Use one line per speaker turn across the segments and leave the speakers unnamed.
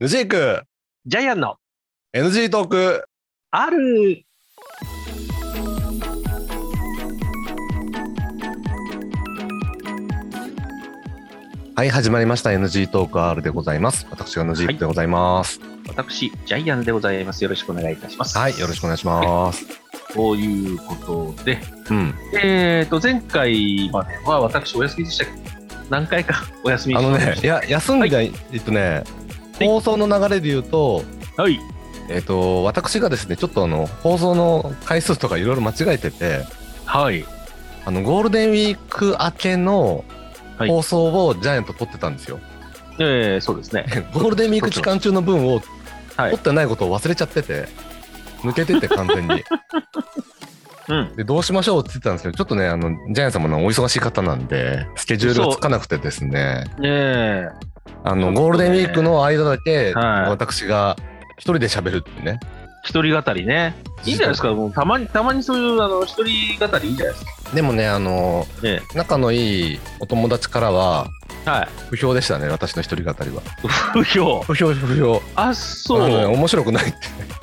ヌジーク
ジャイアンの
NG トーク
ある
はい始まりました NG トーク R でございます私が NG
はい
でございます
私、ジャイアンでございます。よろしくお願いいたします。
はい、よろしくお願いします、
ということで、
うん
えっ、と、前回までは私お休みでしたけど、何回か お休み
あ
し
の
ま
ね
し
いや休んで、えっとね
はい
放送の流れで言うと、
た。はい。
えっと、私がですね、ちょっとあの、放送の回数とかいろいろ間違えてて、
はい。
あの、ゴールデンウィーク明けの
はい
放送をジャイアント撮ってたんですよ。
えー、 そうですね。
ゴールデンウィーク期間中の分を
はい
撮ってないことを忘れちゃってて、抜けてて完全に。
うん。
で、どうしましょうって言ってたんですけど、ちょっとね、あの、ジャイアン様のお忙しい方なんで、スケジュールがつかなくてですね、
え
あ
ちょ
の、
っとね
ゴールデンウィークの間だけ、
はい
私が一人で喋るっていうね。
ー、一人語りね。いいじゃないですか。もうたまに、たまにそういう、あの、一人語りいいじゃないですか。
でもね、あの、
え
仲のいいお友達からは、
えはい。
不評でしたね、私の一人語りは。
不評。
不評、不評。
あ、
あのね
そう。
面白くないって。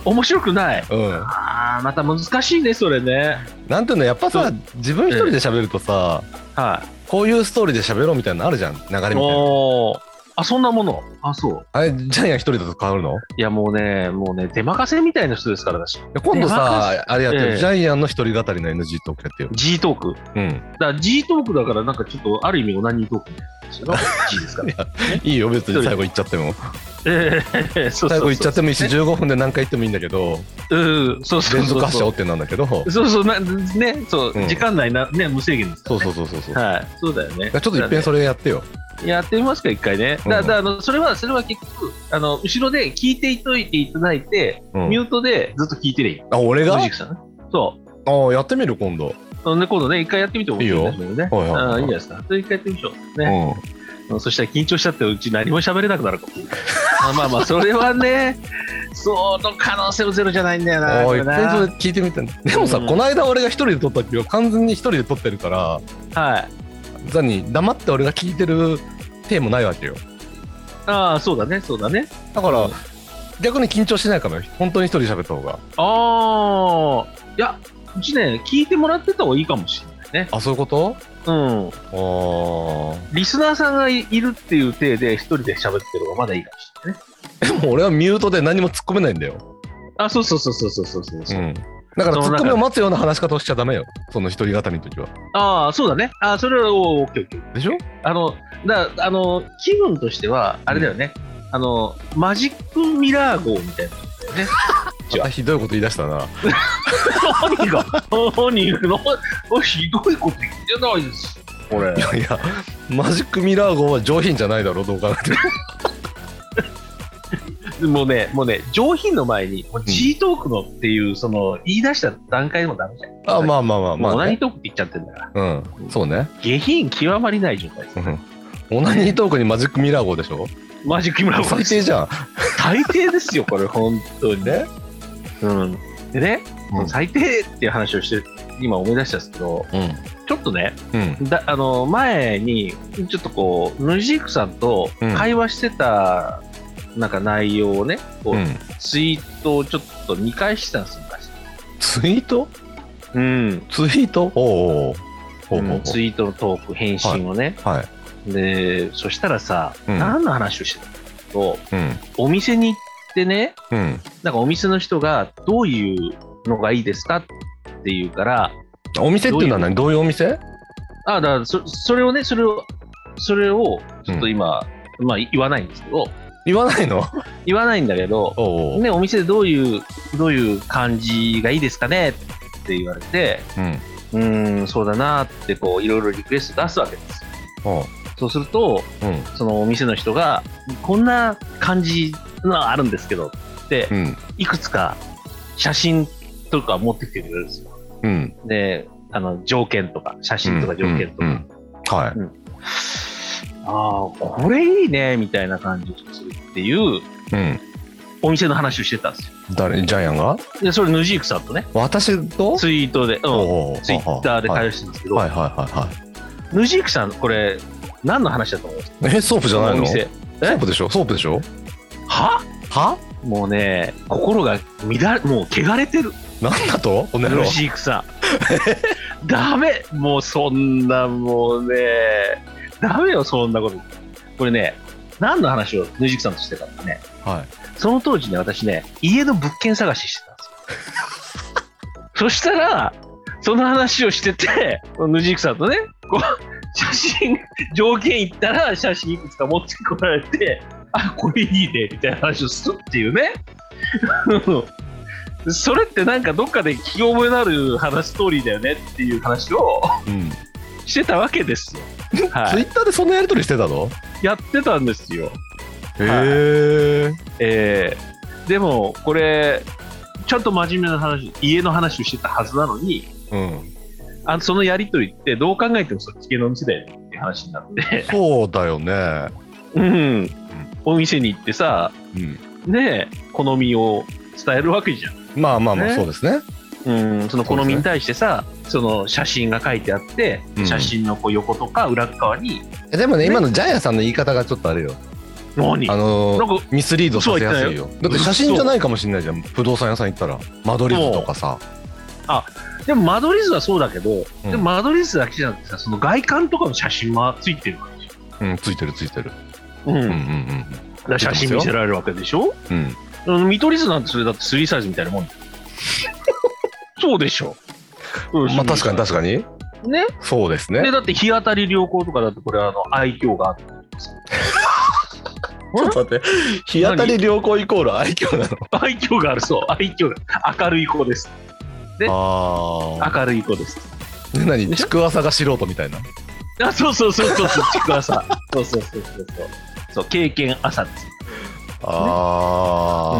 面白くない。
うん。
あー、また難しいね、それね。
なんていうの、やっぱ
そ
さ
う、
自分一人で喋るとさ、
はい。
こういうストーリーで喋ろうみたいなのあるじゃん、流れみたいな。
おーあ、そんなもの。あ、そう。
あれ、ジャイアン一人だと変わるのい
いや、もうね、もうね、出任せみたいな人ですからだし。
や今度
い
さ、あれやって
え
る、
え
ジャイアンの一人語りの NG トークやってよ。
G トーク。
うん。
だから G トークだから、なんかちょっと、ある意味オナニートークみたいなんですよ。G で すから。
いいよ、別に最後言っちゃっても。
ええそうそうそう
最後言っちゃってもいいし、15分で何回言ってもいいんだけど、
うん、そうそう
連
そう
続発射
そ
お
う。
ってなんだけど、そう
そうそう、なね、そう、
うん
時間内な、ね、無制限ですから、ね。
そうそうそうそう。
はい、そうだよね。
ちょっと一遍それやってよ。
れ。やってみますか、一回ね。だ、
うん
だ、あの、それは、それは結局、あの、後ろで聞いていといていただいて、
うん
ミュートでずっと聞いてりゃいい。
あ、俺が
藤木さんね。そう。
ああ、やってみる、今度。
うんで今度ね、一回やってみてもいいですね。ね
いよはいはいはい
ああいいんじゃないですか。それ一回やってみましょう。
う
ね、
ん。
うんそしたら緊張しちゃって、うち何も喋れなくなるかも。まあまあまあ、それはね、その可能性もゼロじゃないんだよな。
ああ、
こ
一
れな
遍それ聞いてみて。でもさ、
うん
この間俺が一人で撮った時は完全に一人で撮ってるから、
はい。
ザに黙って俺が聞いてる手もないわけよ
ああ、そうだね、そうだね。
だから、
うん
逆に緊張しないかもよ本当に一人で喋った方が
ああ、いや、うちね、聞いてもらってた方がいいかもしれないね。
あそういうこと
うん。
あ
リスナーさんがいいるっていう体で、一人で喋ってる方がまだいいかもしれないね。
あでも俺はミュートで何も突っ込めないんだよ、
あ、そうそうそうそうそうそうそう
う
そう。
ん、だから
その
突っ
中
込
で
みを待つような話し方をしちゃダメよその一人語りの時は
ああ、そうだね。ああ、それは、おーオッケーオッケー。
でしょ
あの、だあの気分としては、あれだよね、あの、マジックミラー号みたいな。じゃあ
あひどいこと言い出したな
何が何がなひどいこと言ってないです。これ
い。やいやマジックミラー号は上品じゃないだろうどう考えても
もうね、もうね、上品の前に、もう G トークのっていう、その、言い出した段階でもダメじゃん。
あまあまあまあ
もう
まあ、
オナニ
ね
ー、トークって言っちゃってんだか
う
ら。
んそうね
下品極まりない状態です
う。んオナニートークにマジックミラー号でしょ
マジックミラー号
最
で
低
す。
じゃん、
最低ですよ、これ、本当に
ね。
うん。でね、
うん
最低っていう話をして、今思い出したんですけど、
う
ちょっとね、
んうん
だあの前にちょっとこうヌジークさんと会話してたなんか内容をね、こう
うん、
ツイートをちょっと見返してたんです昔、
ツイート
うん
ツイートおうおうおうおうおうおう
ツイートのトーク返信をね、
はい。
でそしたらさ、
うん
何の話をしてたのと
うん。
お店に行ってね
うん。
なんかお店の人がどういうのがいいですかっていうから
お店っていうのは何どういうお店
あだからそそれをねそれをそれをちょっと今、まあ言わないんですけど
言わないの
言わないんだけど
おうおう。
ね、お店でどういう、どういう感じがいいですかねって言われて、
うん。
うーん、そうだなって、こう、いろいろリクエスト出すわけですよ。
おう
そうすると、
うん。
そのお店の人が、こんな感じのあるんですけどって
う、ん。
いくつか写真とか持ってきてくれるんですよ。
うん。
で、あの、条件とか、写真とか条件と
うんう
か。
んはい。
ああ、これいいね、みたいな感じをするっていう、
うん。
お店の話をしてたんですよ。
誰ジャイアンが
で、それ、ヌジークさんとね、
私と
ツイートで、うん。
おうおう
ツイッターで
はい
対応してるんですけど、
はいはいは
ヌジークさん、これ、何の話だと思います
いはい。え、ソープじゃない
こ
の
お
ソ
店。
ープでしょソープでしょ
は
は
もうね、心が乱れ、もう汚れてる。
なんだとこの野郎
苦。しい草。 ダメもうそんなもうね、ダメよ、そんなこと。これね、何の話をヌジクさんとしてたんだね。
はい。
その当時ね、私ね、家の物件探ししてた んですよ。そしたら、その話をしてて、ヌジークさんとね、こう、写真、条件言ったら写真いくつか持ってこられて、あ、これいいね、みたいな話をするっていうね。 それってなんかどっかで聞き覚えのある話、ストーリーだよねっていう話を
うん。
してたわけですよ。は
ツイッターでそんなやりとりしてたの
い。やってたんですよ。
へえ。
えーでもこれちゃんと真面目な話家の話をしてたはずなのに
うん。
あそのやり取りってどう考えてもそっち系のお店だよねって話になって、
そうだよね。
うん、お店に行ってさ
うん。
ねえ好みを伝えるわけじゃ
まあまあまあ、
ね
そうですね。
ん、うん、その好みに対してさそ、の写真が書いてあって
うん
写真のこう横とか裏っ側に
えでもね、
ね
今のジャイアンさんの言い方がちょっとあれよ。
何
あ
なん
のー、
か
ミスリードさせやすいよ。だって写真じゃないかもしれないじゃん。不動産屋さん行ったら。間取り図とかさ。
でも間取り図はそうだけど、
うん
でも間取り図だけじゃなくてさその外観とかの写真もついてるわけじ
うん、ついてるついてる。
ゃん、
う
う
んんうん
だから写真見せられるわけでしょ
うん。うん。
うん見取り図なんてそれだってスリーサイズみたいなもんそうでしょ、う
まあ確かに確かに。
にね
そうです
で
ね。
だって日当たり良好とかだってこれあの愛嬌があって
ちょっと待って。 日当たり良好イコール愛嬌なの。
愛嬌があるそう愛嬌が明るい子ですえ
ああ。
明るい子です
で何ちくわさが素人みたいな。
あそうそうそうそうそうちくわさそうそうそうそうそうそう経験浅です
ああ、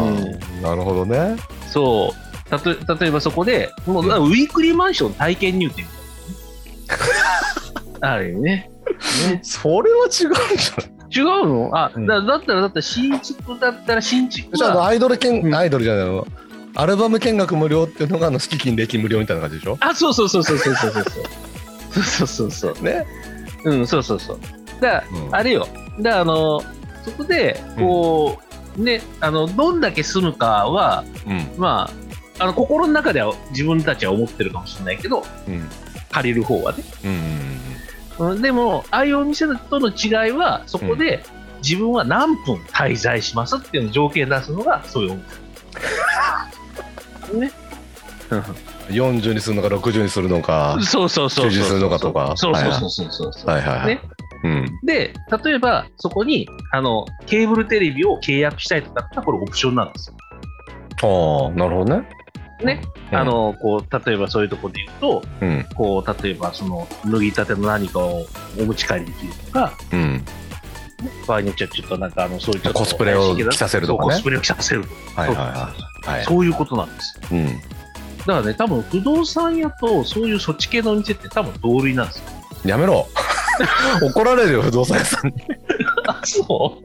なるほどね。
そうたと例えばそこでもう、ウィークリーマンション体験入 店みたいなねあれねね
それは違うんじゃない
違うのあ、
うん
だだったらだったら新築だったら新築
じゃあ
は
アイドル見、
うん
アイドルじゃないのアルバム見学無料っていうのがあの敷金礼金無料みたいな感じでしょ
あそうそうそうそうそうそうそうそうそうそう
ね、
そううんそうそうそうだから、
うん
あれよだからあのそこでこう、ねあのどんだけ住むかは
うん
まああの心の中では自分たちは思ってるかもしれないけど
うん
借りる方はね、
うん
うん、でもああいうお店との違いはそこで、自分は何分滞在しますっていうのを条件出すのがそういうお店ね、うん
40にするのか60にするのか
そうそうそうそう。
休日するのかとか
そうそうそうそうそうそう、
はいはいはい、
ね
うん
で、例えば、そこに、あの、ケーブルテレビを契約したいとかだったら、これオプションなんですよ。
ああなるほどね
ね。
うん
あの、こう、例えばそういうとこで言うと、
うん
こう、例えば、その、脱ぎたての何かをお持ち帰りできるとか、
うん
場合によっちゃちょっとなんか、あの、そういうちょっと
コスプレを着させるとかね
そうコスプレを着させるとか、
はいはいはいはい
そういうことなんですよ。
うん
だからね、多分、不動産屋と、そういうそっち系のお店って多分同類なんですよ。
やめろ 怒られるよ不動産屋さんに
あ、そ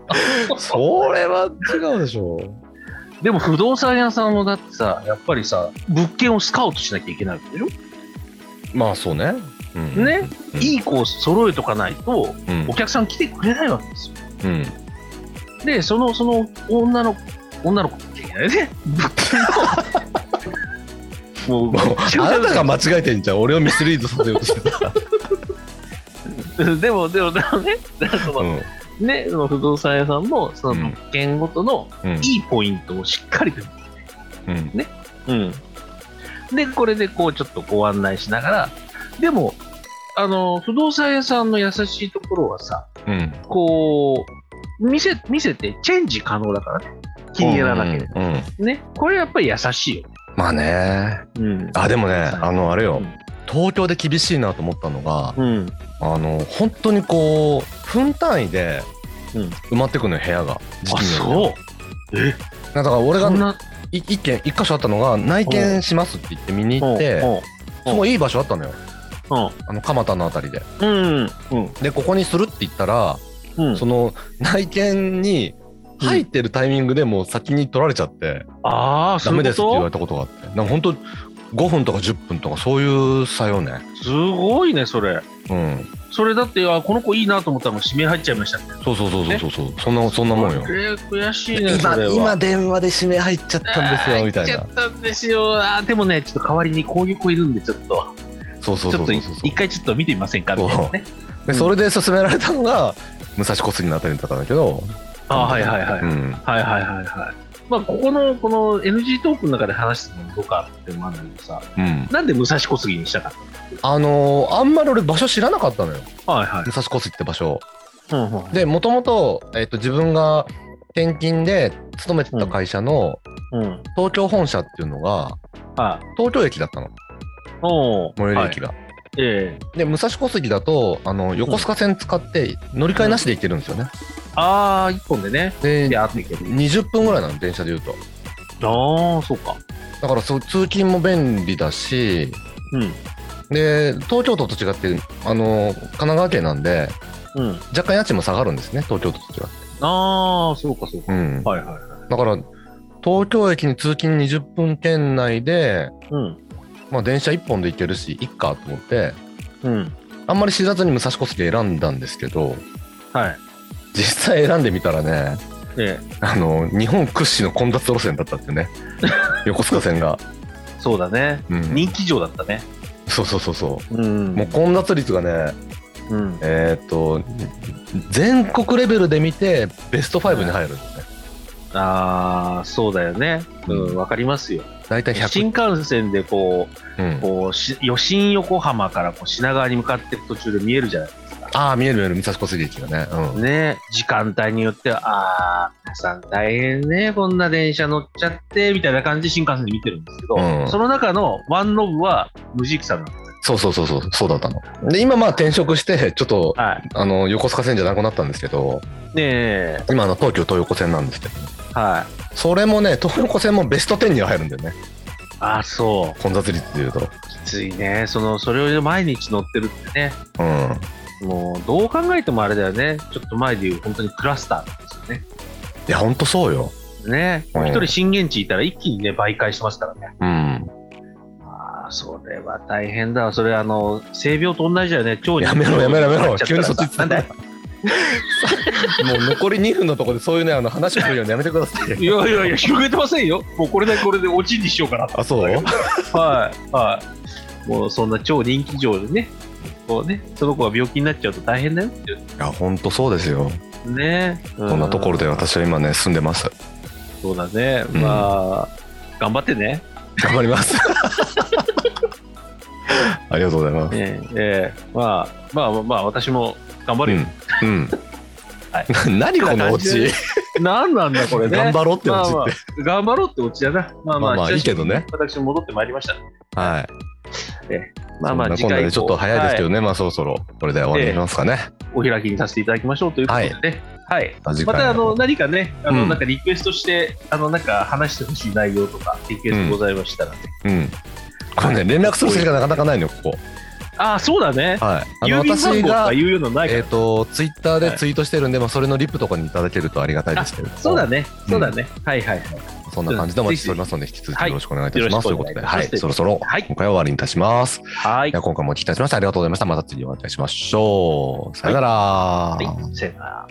う
それは違うでしょ
でも不動産屋さんもだってさ、やっぱりさ、物件をスカウトしなきゃいけないわけでしょ、
まあそうね、うん、
ね、
うん
いい子を揃えとかないと、
うん
お客さん来てくれないわけですよ。
うん
で、その、その女の、女の子って言えな いね、物件を。もう、
もうあなたが間違えてんじゃん俺をミスリードさせようとしてた、
でも、でも、でもね、だ からその
うん
ね、その不動産屋さんも、その
うん
物件ごとの
うん
いいポイントをしっかりと、
うん
うん。で、これでこうちょっとご案内しながら、でも、あの、不動産屋さんの優しいところはさ、
うん
こう、見せ、見せてチェンジ可能だからね。気に入らなければ。
ば、うんうん
ね。これやっぱり優しいよね。
まあね
うん
あでもねあのあれよ、
うん
東京で厳しいなと思ったのが、
うん。
あの本当にこう分単位で
うん
埋まってくのよ部屋が
あ、
う
そう。え、
だから俺
そ
が
んない
一軒一箇所あったのが内見しますって言って見に行ってすごいいい場所あったのよあの蒲田のあたりで
うん。うん。うん。
でここにするって言ったら、
うん。
その内見に入ってるタイミングでもう先に取られちゃって、
ああ、
ダ
そうい
メ
う
で
こ
すって言われた
と
ことがあってなんか本当5分とか10分とかそういう差よね
すごいね、それ。
うん
それだって、あ、この子いいなと思ったらもう指名入っちゃいましたね。
そうそうそうそうそう、そんな、そんなもんよ
え。ー、悔しいね、そ
今
れは。
今電話で指名入っちゃったんですよみたいな
あー行っちゃったんですよ。あーでもね、ちょっと代わりにこういう子いるんで、ちょっと、
そうそう
ち
そ
ょ
う
っと
そう
一回ちょっと見てみませんか、みたいなね。
でそれで勧められたのが武蔵小杉のあたりだったんだけど、
あーはいはいはい。
うん、
はいはいはいはい。まあ、ここの、この NG トークの中で話してたのどうかっていうのもあるんだけどさ、
うん、
なんで武蔵小杉にしたかっ
あのーあんまり俺場所知らなかったのよ
たはいはい
武。蔵小杉って場所
うんうん
でもともと自分が転勤で勤めてた会社の
うん。
東京本社っていうのが
はい。
東京駅だったの
おお。
最寄り駅
はい
が、
ええ
で武蔵小杉だとあの横須賀線使って乗り換えなしで行けるんですよね、
ああ、一本でね。
で
で、あっていける。
20分ぐらいなの電車でいうと
ああ、そうか。
だからそう通勤も便利だし
うん。
で東京都と違ってあの神奈川県なんで
うん。
若干家賃も下がるんですね東京都と違って、
ああ、そうかそうか。
うん、
はいはいはい。
だから東京駅に通勤20分圏内で、
うん。
まあ、電車1本で行けるしいっかと思って
うん。
あんまり知らずに武蔵小杉選んだんですけど
はい。
実際選んでみたらね
ええ。
あの日本屈指の混雑路線だったってね横須賀線が、
そうだね。
うん、
人気上だったね。
そうそうそうそううんもう混雑率がね
うん。
えーっと全国レベルで見てベスト5に入るんですね
ああ、そうだよね。うん、わかりますよ。
大体100
新幹線でこう、
うん、
こうし余震横浜からこう品川に向かっていく途中で見えるじゃない
ああ見える見える武蔵小杉駅がね、うん、
ね時間帯によってはああ皆さん大変ねこんな電車乗っちゃってみたいな感じで新幹線で見てるんですけど、
うん
その中のワンノブは無地さんなんです
そうそうそうそうそうだったので今まあ転職してちょっと
はい
あの横須賀線じゃなくなったんですけど
ねえ
今あの東京東横線なんですけど
はい
それもね東横線もベスト10には入るんだよね
ああそう
混雑率でいうと
きついねそのそれを毎日乗ってるってね
うん
もうどう考えてもあれだよねちょっと前で言う本当にクラスターなんですよね
いやほんとそうよ
ねもう一
う
人
ん
震源地いたら一気にね媒介してますからね
うん
ああそれは大変だわそれあの性病と同じだよね腸に
やめろやめろやめろ急にそっち行っ
な
て
んだよ
もう残り2分のところでそういうねあの話をするようにやめてください
いやいやいや、広げてませんよ。もうこれでこれでオチにしようかなと。
あそう
はい、はい。もうそんな超人気上でね、こうね、その子が病気になっちゃうと大変だよってい
いやほんとそうですよ
うね。
こんなところ
で。
で私は今ね住んでます
そうだね。
うん
まあ、頑張ってね。
頑張ります ありがとうございます
ええええまあ、まあまあまあ、私も頑張るよ。
うん。うん
は
何このオチ、
なんなんだこれね。
頑張ろうってオチって。
まあまあ頑張ろうってオチだな。まあまあ、
まあまあいいけどね
久しぶりに私も戻ってまいりました。
はい。
まあまあ、
そんなこんなでちょっと早いですけどね、まあそろそろこれで終わりにしますかね。
お開きにさせていただきましょうということで、ねはい
まあ次
ま
回
たあの何かね、あの
うん
なんかリクエストして、あのなんか話してほしい内容とか、リクエストございましたら、
うん。これね連絡するしかなかなかないのよこ
ああ、そうだね
こ。、はい。あ
郵
の
便番
私
号と
が
かいうのないから、
えっ、とツイッターでツイートしてるんで、まあそれのリップとかにいただけるとありがたいですけれども。
そうだね、
うん
そうだね、はいはいはい。
そんな感じでお待ちしておりますので引き続きよろしくお願いいたします、
はい
ということで、
よ
は
ろしくお願
い
いします。
そろそろ
はい
今回は終わりにいたします。
はい
では今回もお聞きいただきましてありがとうございました。また次お会いいたしましょう。さよなら。
はい、せーなら。